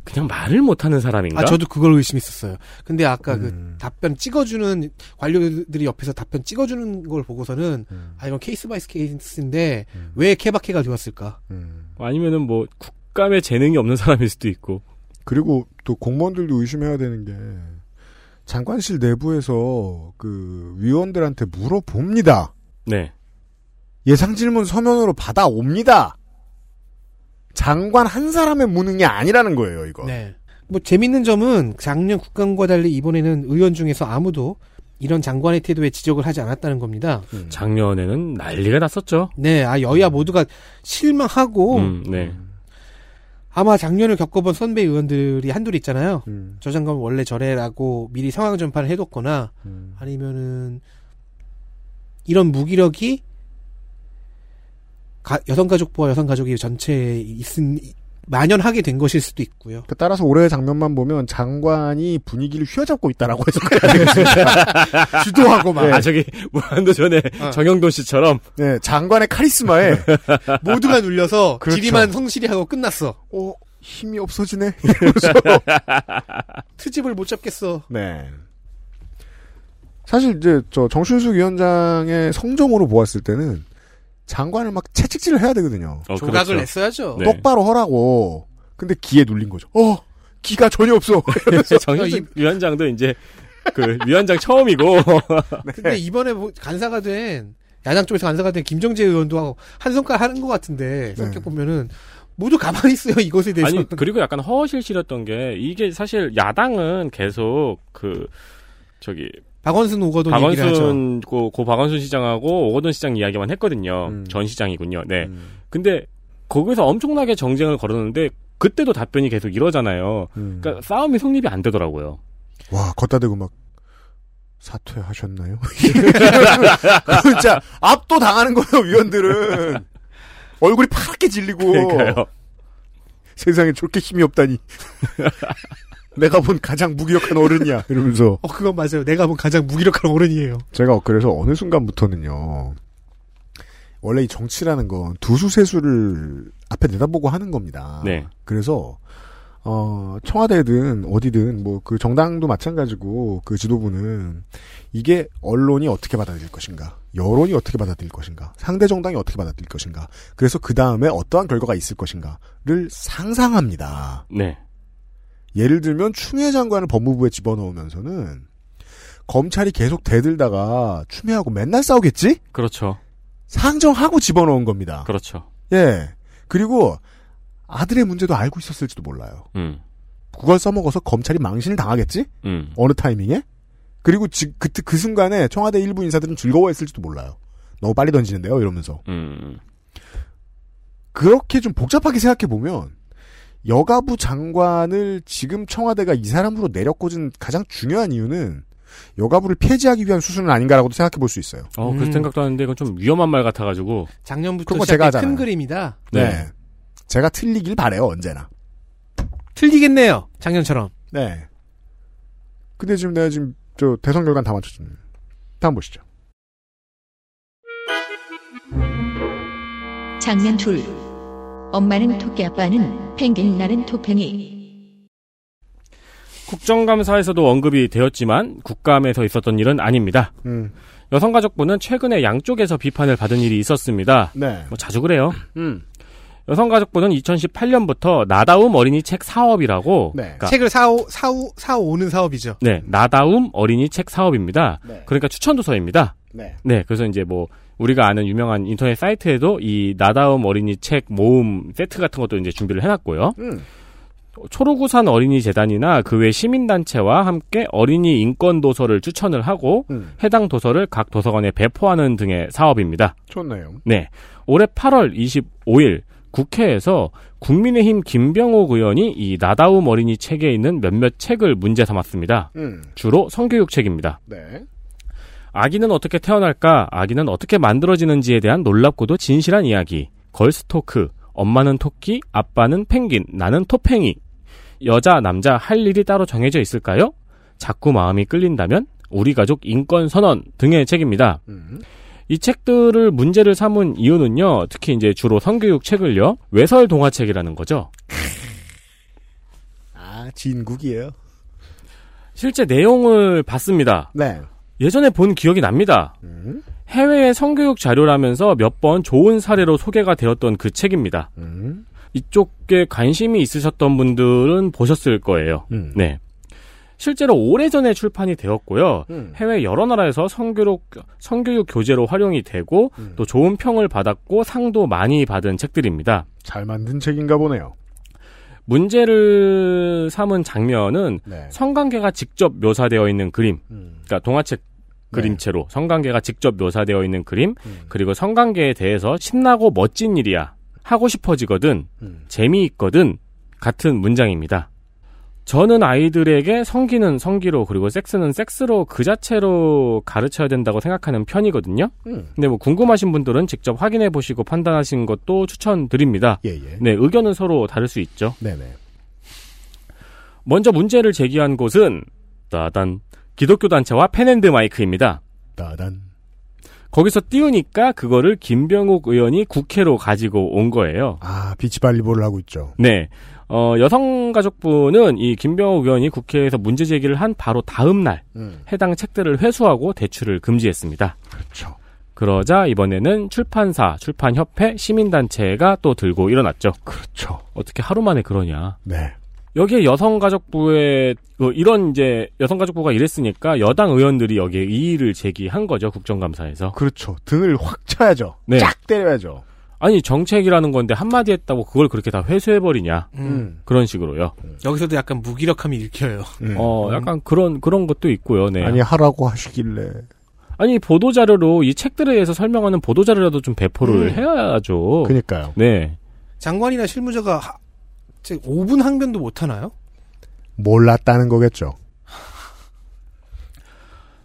그냥 말을 못하는 사람인가? 아 저도 그걸 의심했었어요. 근데 아까 그 음. 답변 찍어주는 관료들이 옆에서 답변 찍어주는 걸 보고서는 음. 아 이건 케이스 바이 케이스인데 음. 왜 케바케가 되었을까? 음. 아니면은 뭐 국감에 재능이 없는 사람일 수도 있고. 그리고 또 공무원들도 의심해야 되는 게 장관실 내부에서 그 위원들한테 물어봅니다. 네. 예상 질문 서면으로 받아옵니다. 장관 한 사람의 무능이 아니라는 거예요, 이거. 네. 뭐 재밌는 점은 작년 국감과 달리 이번에는 의원 중에서 아무도 이런 장관의 태도에 지적을 하지 않았다는 겁니다. 작년에는 난리가 났었죠. 네, 아 음. 여야 모두가 실망하고 음, 네. 아마 작년을 겪어본 선배 의원들이 한둘 있잖아요. 음. 저 장관 원래 저래라고 미리 상황 전파를 해뒀거나 음. 아니면은 이런 무기력이 가- 여성가족부와 여성가족이 전체에 있은 만연하게 된 것일 수도 있고요. 그 따라서 올해의 장면만 보면 장관이 분위기를 휘어잡고 있다라고 해석해야 되겠습니다. 주도하고 네. 막. 아 저기 무한도전의 어. 정영돈 씨처럼 네, 장관의 카리스마에 모두가 눌려서 그렇죠. 지리만 성실히 하고 끝났어. 어, 힘이 없어지네. 트집을 못 잡겠어. 네. 사실 이제 저 정춘숙 위원장의 성정으로 보았을 때는 장관을 막 채찍질을 해야 되거든요. 어, 조각을 그렇죠. 냈어야죠. 네. 똑바로 하라고. 근데 기에 눌린 거죠. 어, 기가 전혀 없어. 그렇죠. 정영돈 위원장도 이제 그 위원장 처음이고 네. 근데 이번에 뭐 간사가 된 야당 쪽에서 간사가 된 김정재 의원도 하고 한 성깔 하는 것 같은데 생각해 보면은 모두 가만히 있어요 이것에 대해서. 네. 아니 그리고 약간 허허실실했던 게 이게 사실 야당은 계속 그 저기 박원순 오거돈 얘기를 하죠. 박원순 고, 고 박원순 시장하고 오거돈 시장 이야기만 했거든요. 음. 전 시장이군요. 네. 음. 근데 거기서 엄청나게 정쟁을 걸었는데 그때도 답변이 계속 이러잖아요. 음. 그러니까 싸움이 성립이 안 되더라고요. 와, 걷다 대고 막 사퇴하셨나요? 진짜 압도 당하는 거예요, 위원들은. 얼굴이 파랗게 질리고. 그러니까요. 세상에 저렇게 힘이 없다니. 내가 본 가장 무기력한 어른이야. 이러면서. 어 그건 맞아요. 내가 본 가장 무기력한 어른이에요. 제가 그래서 어느 순간부터는요. 원래 이 정치라는 건 두수 세수를 앞에 내다보고 하는 겁니다. 네. 그래서 어 청와대든 어디든 뭐 그 정당도 마찬가지고 그 지도부는 이게 언론이 어떻게 받아들일 것인가, 여론이 어떻게 받아들일 것인가, 상대 정당이 어떻게 받아들일 것인가, 그래서 그 다음에 어떠한 결과가 있을 것인가를 상상합니다. 네. 예를 들면 추미애 장관을 법무부에 집어넣으면서는 검찰이 계속 대들다가 추미애하고 맨날 싸우겠지? 그렇죠. 상정하고 집어넣은 겁니다. 그렇죠. 예. 그리고 아들의 문제도 알고 있었을지도 몰라요. 음. 그걸 써먹어서 검찰이 망신을 당하겠지? 음. 어느 타이밍에? 그리고 지, 그, 그 순간에 청와대 일부 인사들은 즐거워했을지도 몰라요. 너무 빨리 던지는데요? 이러면서. 음. 그렇게 좀 복잡하게 생각해보면 여가부 장관을 지금 청와대가 이 사람으로 내려꽂은 가장 중요한 이유는 여가부를 폐지하기 위한 수순은 아닌가라고도 생각해볼 수 있어요. 어, 그 음. 생각도 하는데 이건 좀 위험한 말 같아 가지고. 작년부터 그런 거 시작된 제가 하잖아요. 큰 그림이다. 네. 제가 틀리길 바래요 언제나. 틀리겠네요. 작년처럼. 네. 근데 지금 내가 지금 저 대선 결과는 다 맞췄습니다. 다음 보시죠. 예. 장면 둘. 네. 엄마는 토끼 아빠는 펭귄 나는 토팽이. 국정감사에서도 언급이 되었지만 국감에서 있었던 일은 아닙니다. 음. 여성가족부는 최근에 양쪽에서 비판을 받은 일이 있었습니다. 네. 뭐 자주 그래요. 음. 여성가족부는 2018년부터 나다움 어린이 책 사업이라고 네. 그러니까 책을 사오 사오 사오는 사업이죠. 네, 나다움 어린이 책 사업입니다. 네. 그러니까 추천 도서입니다. 네. 네, 그래서 이제 뭐 우리가 아는 유명한 인터넷 사이트에도 이 나다움 어린이 책 모음 세트 같은 것도 이제 준비를 해놨고요. 음. 초록우산 어린이 재단이나 그 외 시민단체와 함께 어린이 인권 도서를 추천을 하고 음. 해당 도서를 각 도서관에 배포하는 등의 사업입니다. 좋네요. 네. 올해 8월 25일 국회에서 국민의힘 김병욱 의원이 이 나다움 어린이 책에 있는 몇몇 책을 문제 삼았습니다. 음. 주로 성교육 책입니다. 네. 아기는 어떻게 태어날까? 아기는 어떻게 만들어지는지에 대한 놀랍고도 진실한 이야기. 걸스토크. 엄마는 토끼, 아빠는 펭귄, 나는 토팽이. 여자, 남자 할 일이 따로 정해져 있을까요? 자꾸 마음이 끌린다면 우리 가족 인권 선언 등의 책입니다. 음. 이 책들을 문제를 삼은 이유는요. 특히 이제 주로 성교육 책을요. 외설 동화책이라는 거죠. 아, 진국이에요. 실제 내용을 봤습니다. 네. 예전에 본 기억이 납니다. 음. 해외의 성교육 자료라면서 몇 번 좋은 사례로 소개가 되었던 그 책입니다. 음. 이쪽에 관심이 있으셨던 분들은 보셨을 거예요. 음. 네. 실제로 오래전에 출판이 되었고요. 음. 해외 여러 나라에서 성교육, 성교육 교재로 활용이 되고 음. 또 좋은 평을 받았고 상도 많이 받은 책들입니다. 잘 만든 책인가 보네요. 문제를 삼은 장면은 네. 성관계가 직접 묘사되어 있는 그림, 음. 그러니까 동화책 그림체로 성관계가 직접 묘사되어 있는 그림 그리고 성관계에 대해서 신나고 멋진 일이야 하고 싶어지거든 재미있거든 같은 문장입니다. 저는 아이들에게 성기는 성기로 그리고 섹스는 섹스로 그 자체로 가르쳐야 된다고 생각하는 편이거든요. 음. 근데 뭐 궁금하신 분들은 직접 확인해 보시고 판단하시는 것도 추천드립니다. 네, 의견은 서로 다를 수 있죠. 예, 네네. 먼저 문제를 제기한 곳은 따단 기독교 단체와 펜앤드 마이크입니다. 따단. 거기서 띄우니까 그거를 김병욱 의원이 국회로 가지고 온 거예요. 아, 비치발리볼을 하고 있죠. 네. 어, 여성가족부는 이 김병욱 의원이 국회에서 문제 제기를 한 바로 다음 날 음. 해당 책들을 회수하고 대출을 금지했습니다. 그렇죠. 그러자 이번에는 출판사, 출판협회, 시민단체가 또 들고 일어났죠. 그렇죠. 어떻게 하루 만에 그러냐. 네. 여기에 여성가족부의 그 이런 이제 여성가족부가 이랬으니까 여당 의원들이 여기에 이의를 제기한 거죠 국정감사에서. 그렇죠. 등을 확 쳐야죠. 네. 쫙 때려야죠. 아니 정책이라는 건데 한마디 했다고 그걸 그렇게 다 회수해 버리냐 음. 그런 식으로요. 여기서도 약간 무기력함이 읽혀요. 어 약간 그런 그런 것도 있고요. 네. 음. 아니 하라고 하시길래 아니 보도 자료로 이 책들에 의해서 설명하는 보도 자료라도 좀 배포를 음. 해야죠. 그니까요. 네. 장관이나 실무자가 하, 5분 항변도 못 하나요? 몰랐다는 거겠죠.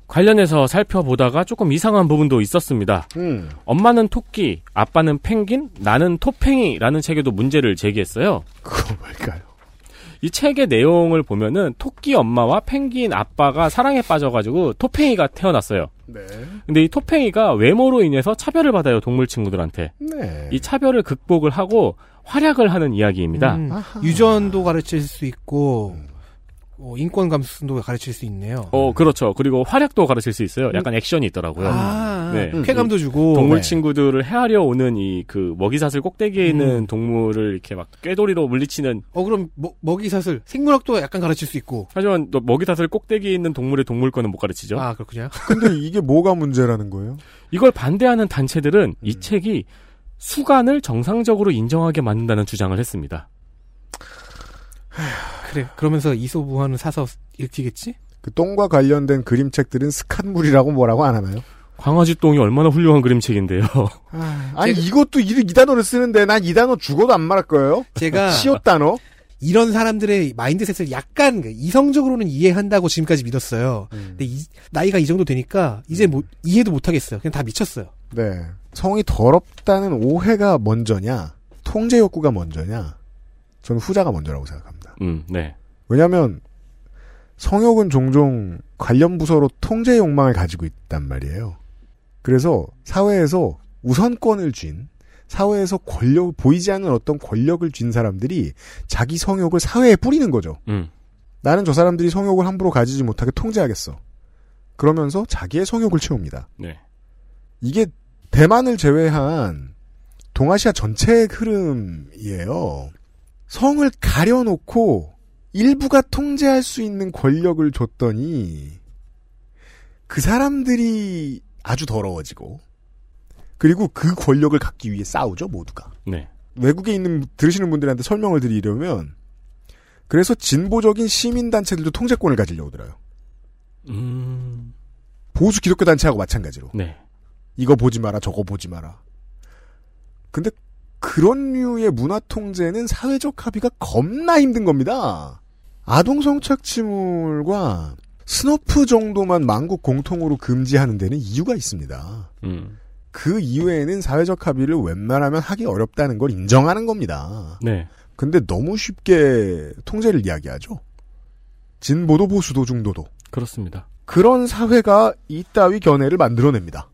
관련해서 살펴보다가 조금 이상한 부분도 있었습니다. 음. 엄마는 토끼, 아빠는 펭귄, 나는 토팽이라는 책에도 문제를 제기했어요. 그거 뭘까요? 이 책의 내용을 보면은 토끼 엄마와 펭귄 아빠가 사랑에 빠져가지고 토팽이가 태어났어요. 네. 근데 이 토팽이가 외모로 인해서 차별을 받아요 동물 친구들한테. 음. 네. 이 차별을 극복을 하고 활약을 하는 이야기입니다. 음, 유전도 가르칠 수 있고 어, 인권 감수성도 가르칠 수 있네요. 어 그렇죠. 그리고 활약도 가르칠 수 있어요. 약간 액션이 있더라고요. 아, 네. 쾌감도 주고 동물 네. 친구들을 헤아려 오는 이 그 먹이사슬 꼭대기에 음. 있는 동물을 이렇게 막 꾀돌이로 물리치는 어 그럼 먹- 먹이 사슬 생물학도 약간 가르칠 수 있고. 하지만 또 먹이사슬 꼭대기에 있는 동물의 동물권은 못 가르치죠. 아 그렇군요. 근데 이게 뭐가 문제라는 거예요? 이걸 반대하는 단체들은 음. 이 책이 수간을 정상적으로 인정하게 만든다는 주장을 했습니다. 그래. 그러면서 이소부화는 사서 읽히겠지? 그 똥과 관련된 그림책들은 스칸물이라고 뭐라고 안 하나요? 광화지똥이 얼마나 훌륭한 그림책인데요. 아니 이것도 이, 이 단어를 쓰는데 난 이 단어 죽어도 안 말할 거예요. 제가 시옷 단어. 이런 사람들의 마인드셋을 약간 그 이성적으로는 이해한다고 지금까지 믿었어요. 근데 이- 나이가 이 정도 되니까 이제 못- 이해도 못 하겠어요. 그냥 다 미쳤어요. 네. 성이 더럽다는 오해가 먼저냐, 통제 욕구가 먼저냐, 저는 후자가 먼저라고 생각합니다. 음, 네. 왜냐하면 성욕은 종종 관련 부서로 통제 욕망을 가지고 있단 말이에요. 그래서 사회에서 우선권을 쥔 사회에서 권력 보이지 않는 어떤 권력을 쥔 사람들이 자기 성욕을 사회에 뿌리는 거죠. 음. 나는 저 사람들이 성욕을 함부로 가지지 못하게 통제하겠어. 그러면서 자기의 성욕을 채웁니다. 네. 이게 대만을 제외한 동아시아 전체의 흐름이에요. 성을 가려놓고 일부가 통제할 수 있는 권력을 줬더니 그 사람들이 아주 더러워지고 그리고 그 권력을 갖기 위해 싸우죠 모두가. 네. 외국에 있는 들으시는 분들한테 설명을 드리려면 그래서 진보적인 시민 단체들도 통제권을 가지려고 들어요. 음. 보수 기독교 단체하고 마찬가지로 네. 이거 보지 마라 저거 보지 마라. 근데 그런 류의 문화 통제는 사회적 합의가 겁나 힘든 겁니다. 아동 성착취물과 스너프 정도만 만국 공통으로 금지하는 데는 이유가 있습니다. 음. 그 이외에는 사회적 합의를 웬만하면 하기 어렵다는 걸 인정하는 겁니다. 네. 근데 너무 쉽게 통제를 이야기하죠. 진보도 보수도 중도도. 그렇습니다. 그런 사회가 이따위 견해를 만들어냅니다.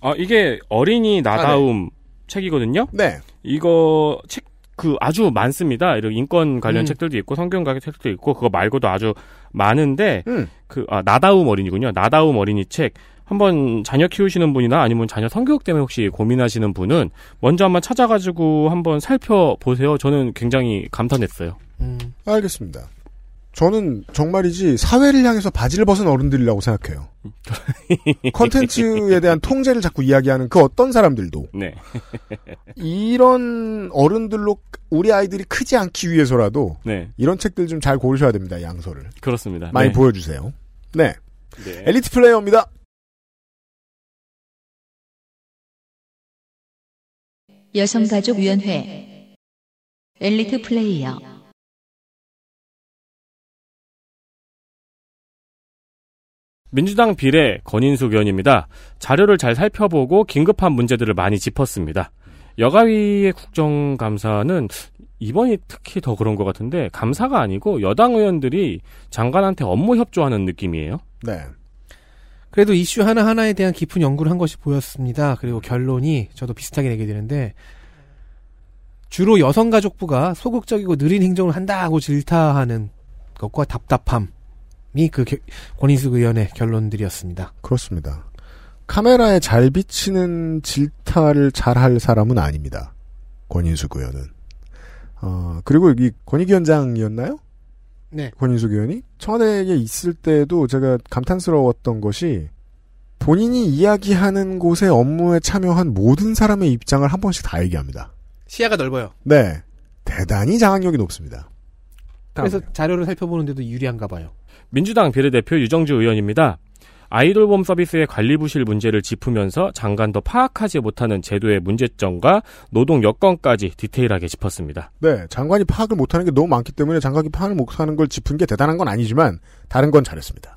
아, 이게 어린이 나다움 책이거든요. 네. 이거 책, 그 아주 많습니다. 이런 인권 관련 음. 책들도 있고 성경 관련 책도 있고 그거 말고도 아주 많은데 음. 그 아, 나다움 어린이군요. 나다움 어린이 책. 한번 자녀 키우시는 분이나 아니면 자녀 성교육 때문에 혹시 고민하시는 분은 먼저 한번 찾아가지고 한번 살펴보세요. 저는 굉장히 감탄했어요. 음. 알겠습니다. 저는 정말이지 사회를 향해서 바지를 벗은 어른들이라고 생각해요. 컨텐츠에 대한 통제를 자꾸 이야기하는 그 어떤 사람들도 네. 이런 어른들로 우리 아이들이 크지 않기 위해서라도 네. 이런 책들 좀 잘 고르셔야 됩니다. 양서를 그렇습니다. 많이 네. 보여주세요. 네, 네. 엘리트 플레이어입니다. 여성가족위원회 엘리트 플레이어 민주당 비례 권인숙 의원입니다. 자료를 잘 살펴보고 긴급한 문제들을 많이 짚었습니다. 여가위의 국정감사는 이번이 특히 더 그런 것 같은데 감사가 아니고 여당 의원들이 장관한테 업무 협조하는 느낌이에요. 네. 그래도 이슈 하나하나에 대한 깊은 연구를 한 것이 보였습니다. 그리고 결론이 저도 비슷하게 내게 되는데, 주로 여성가족부가 소극적이고 느린 행정을 한다고 질타하는 것과 답답함이 그 겨- 권인숙 의원의 결론들이었습니다. 그렇습니다. 카메라에 잘 비치는 질타를 잘 할 사람은 아닙니다. 권인숙 의원은. 어, 그리고 이 권익위원장이었나요? 네. 권인숙 의원이 청와대에 있을 때도 제가 감탄스러웠던 것이 본인이 이야기하는 곳의 업무에 참여한 모든 사람의 입장을 한 번씩 다 얘기합니다. 시야가 넓어요. 네. 대단히 장악력이 높습니다. 그래서 자료를 살펴보는데도 유리한가 봐요. 민주당 비례대표 유정주 의원입니다. 아이돌봄 서비스의 관리 부실 문제를 짚으면서 장관도 파악하지 못하는 제도의 문제점과 노동 여건까지 디테일하게 짚었습니다. 네. 장관이 파악을 못하는 게 너무 많기 때문에 장관이 파악을 못하는 걸 짚은 게 대단한 건 아니지만 다른 건 잘했습니다.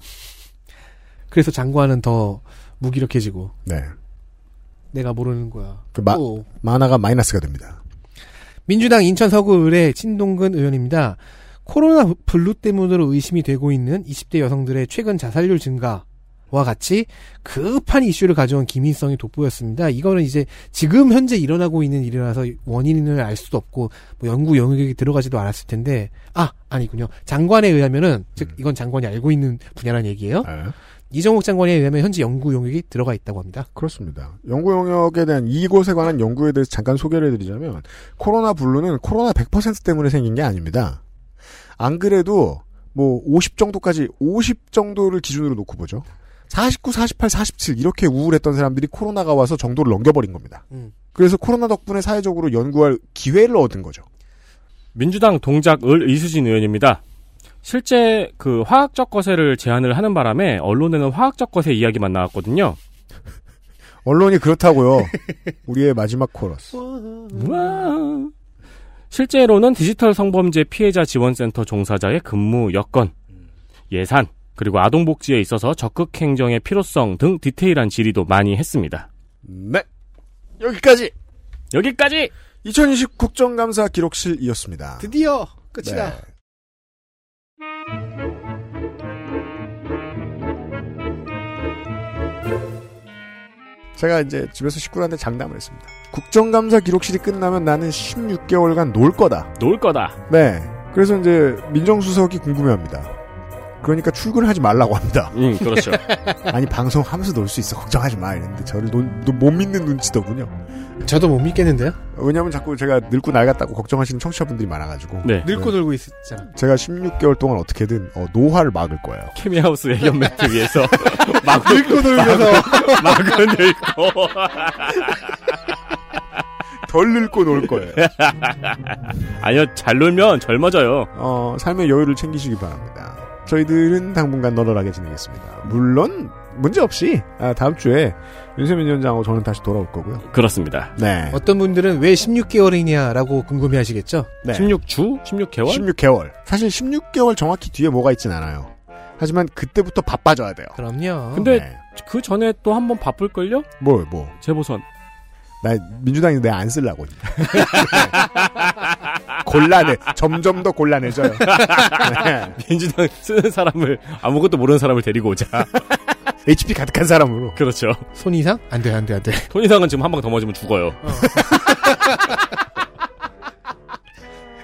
그래서 장관은 더 무기력해지고 네. 내가 모르는 거야. 그 마- 또 만화가 마이너스가 됩니다. 민주당 인천 서구을의 신동근 의원입니다. 코로나 블루 때문으로 의심이 되고 있는 20대 여성들의 최근 자살률 증가와 같이 급한 이슈를 가져온 기민성이 돋보였습니다. 이거는 이제 지금 현재 일어나고 있는 일이라서 원인을 알 수도 없고 뭐 연구 영역에 들어가지도 않았을 텐데 아 아니군요. 장관에 의하면은 음. 즉 이건 장관이 알고 있는 분야라는 얘기예요. 아. 네. 이정옥 장관에 의하면 현재 연구 영역이 들어가 있다고 합니다. 그렇습니다. 연구 영역에 대한 이곳에 관한 연구에 대해서 잠깐 소개를 해드리자면 코로나 블루는 코로나 100% 때문에 생긴 게 아닙니다. 안 그래도 뭐 50 정도까지 50 정도를 기준으로 놓고 보죠. 49, 48, 47 이렇게 우울했던 사람들이 코로나가 와서 정도를 넘겨버린 겁니다. 음. 그래서 코로나 덕분에 사회적으로 연구할 기회를 얻은 거죠. 민주당 동작을 이수진 의원입니다. 실제 그 화학적 거세를 제한을 하는 바람에 언론에는 화학적 거세 이야기만 나왔거든요. 언론이 그렇다고요. 우리의 마지막 코러스. 와. 실제로는 디지털 성범죄 피해자 지원센터 종사자의 근무 여건, 예산, 그리고 아동복지에 있어서 적극 행정의 필요성 등 디테일한 질의도 많이 했습니다. 네. 여기까지. 여기까지 2020 국정감사 기록실이었습니다. 드디어 네. 제가 이제 집에서 식구들한테 장담을 했습니다. 국정감사 기록실이 끝나면 나는 16개월간 놀 거다. 놀 거다. 네. 그래서 이제 민정수석이 궁금해합니다. 그러니까 출근을 하지 말라고 합니다. 음, 그렇죠. 아니 방송하면서 놀 수 있어 걱정하지 마 이랬는데 저를 논- 논- 못 믿는 눈치더군요. 저도 못 믿겠는데요. 왜냐하면 자꾸 제가 늙고 낡았다고 걱정하시는 청취자분들이 많아가지고 네. 늙고 놀고 있었잖아. 제가 16개월 동안 어떻게든 어, 노화를 막을 거예요. 케미하우스 의견 매트 위에서 늙고 놀면서 막은 늙고. 덜 늙고 놀 거예요. 네. 아니요, 잘 놀면 젊어져요. 어, 삶의 여유를 챙기시기 바랍니다. 저희들은 당분간 널널하게 지내겠습니다. 물론 문제 없이 아, 다음 주에 윤세민 위원장하고 저는 다시 돌아올 거고요. 그렇습니다. 네, 어떤 분들은 왜 16개월이냐라고 궁금해하시겠죠? 네. 16주? 16개월? 16개월. 사실 16개월 정확히 뒤에 뭐가 있진 않아요. 하지만 그때부터 바빠져야 돼요. 그럼요. 근데 네. 그 전에 또 한 번 바쁠걸요? 뭘 뭐? 재보선. 나 민주당이 내가 안 쓸라고. 네. 곤란해. 점점 더 곤란해져요. 네. 민주당 쓰는 사람을, 아무것도 모르는 사람을 데리고 오자. HP 가득한 사람으로. 그렇죠. 손 이상? 안 돼, 안 돼, 안 돼. 돈 이상은 지금 한 방 더 맞으면 죽어요.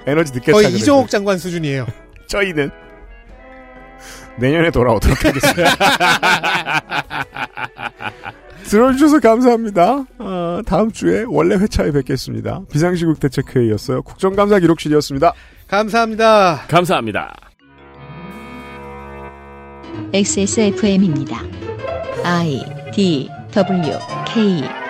에너지 늦게 거의 차게 이종옥 장관 수준이에요. 되고. 저희는 내년에 돌아오도록 하겠습니다. 들어주셔서 감사합니다. 어, 다음 주에 원래 회차에 뵙겠습니다. 비상시국 대책회의였어요. 국정감사 기록실이었습니다. 감사합니다. 감사합니다. XSFM입니다. I D W K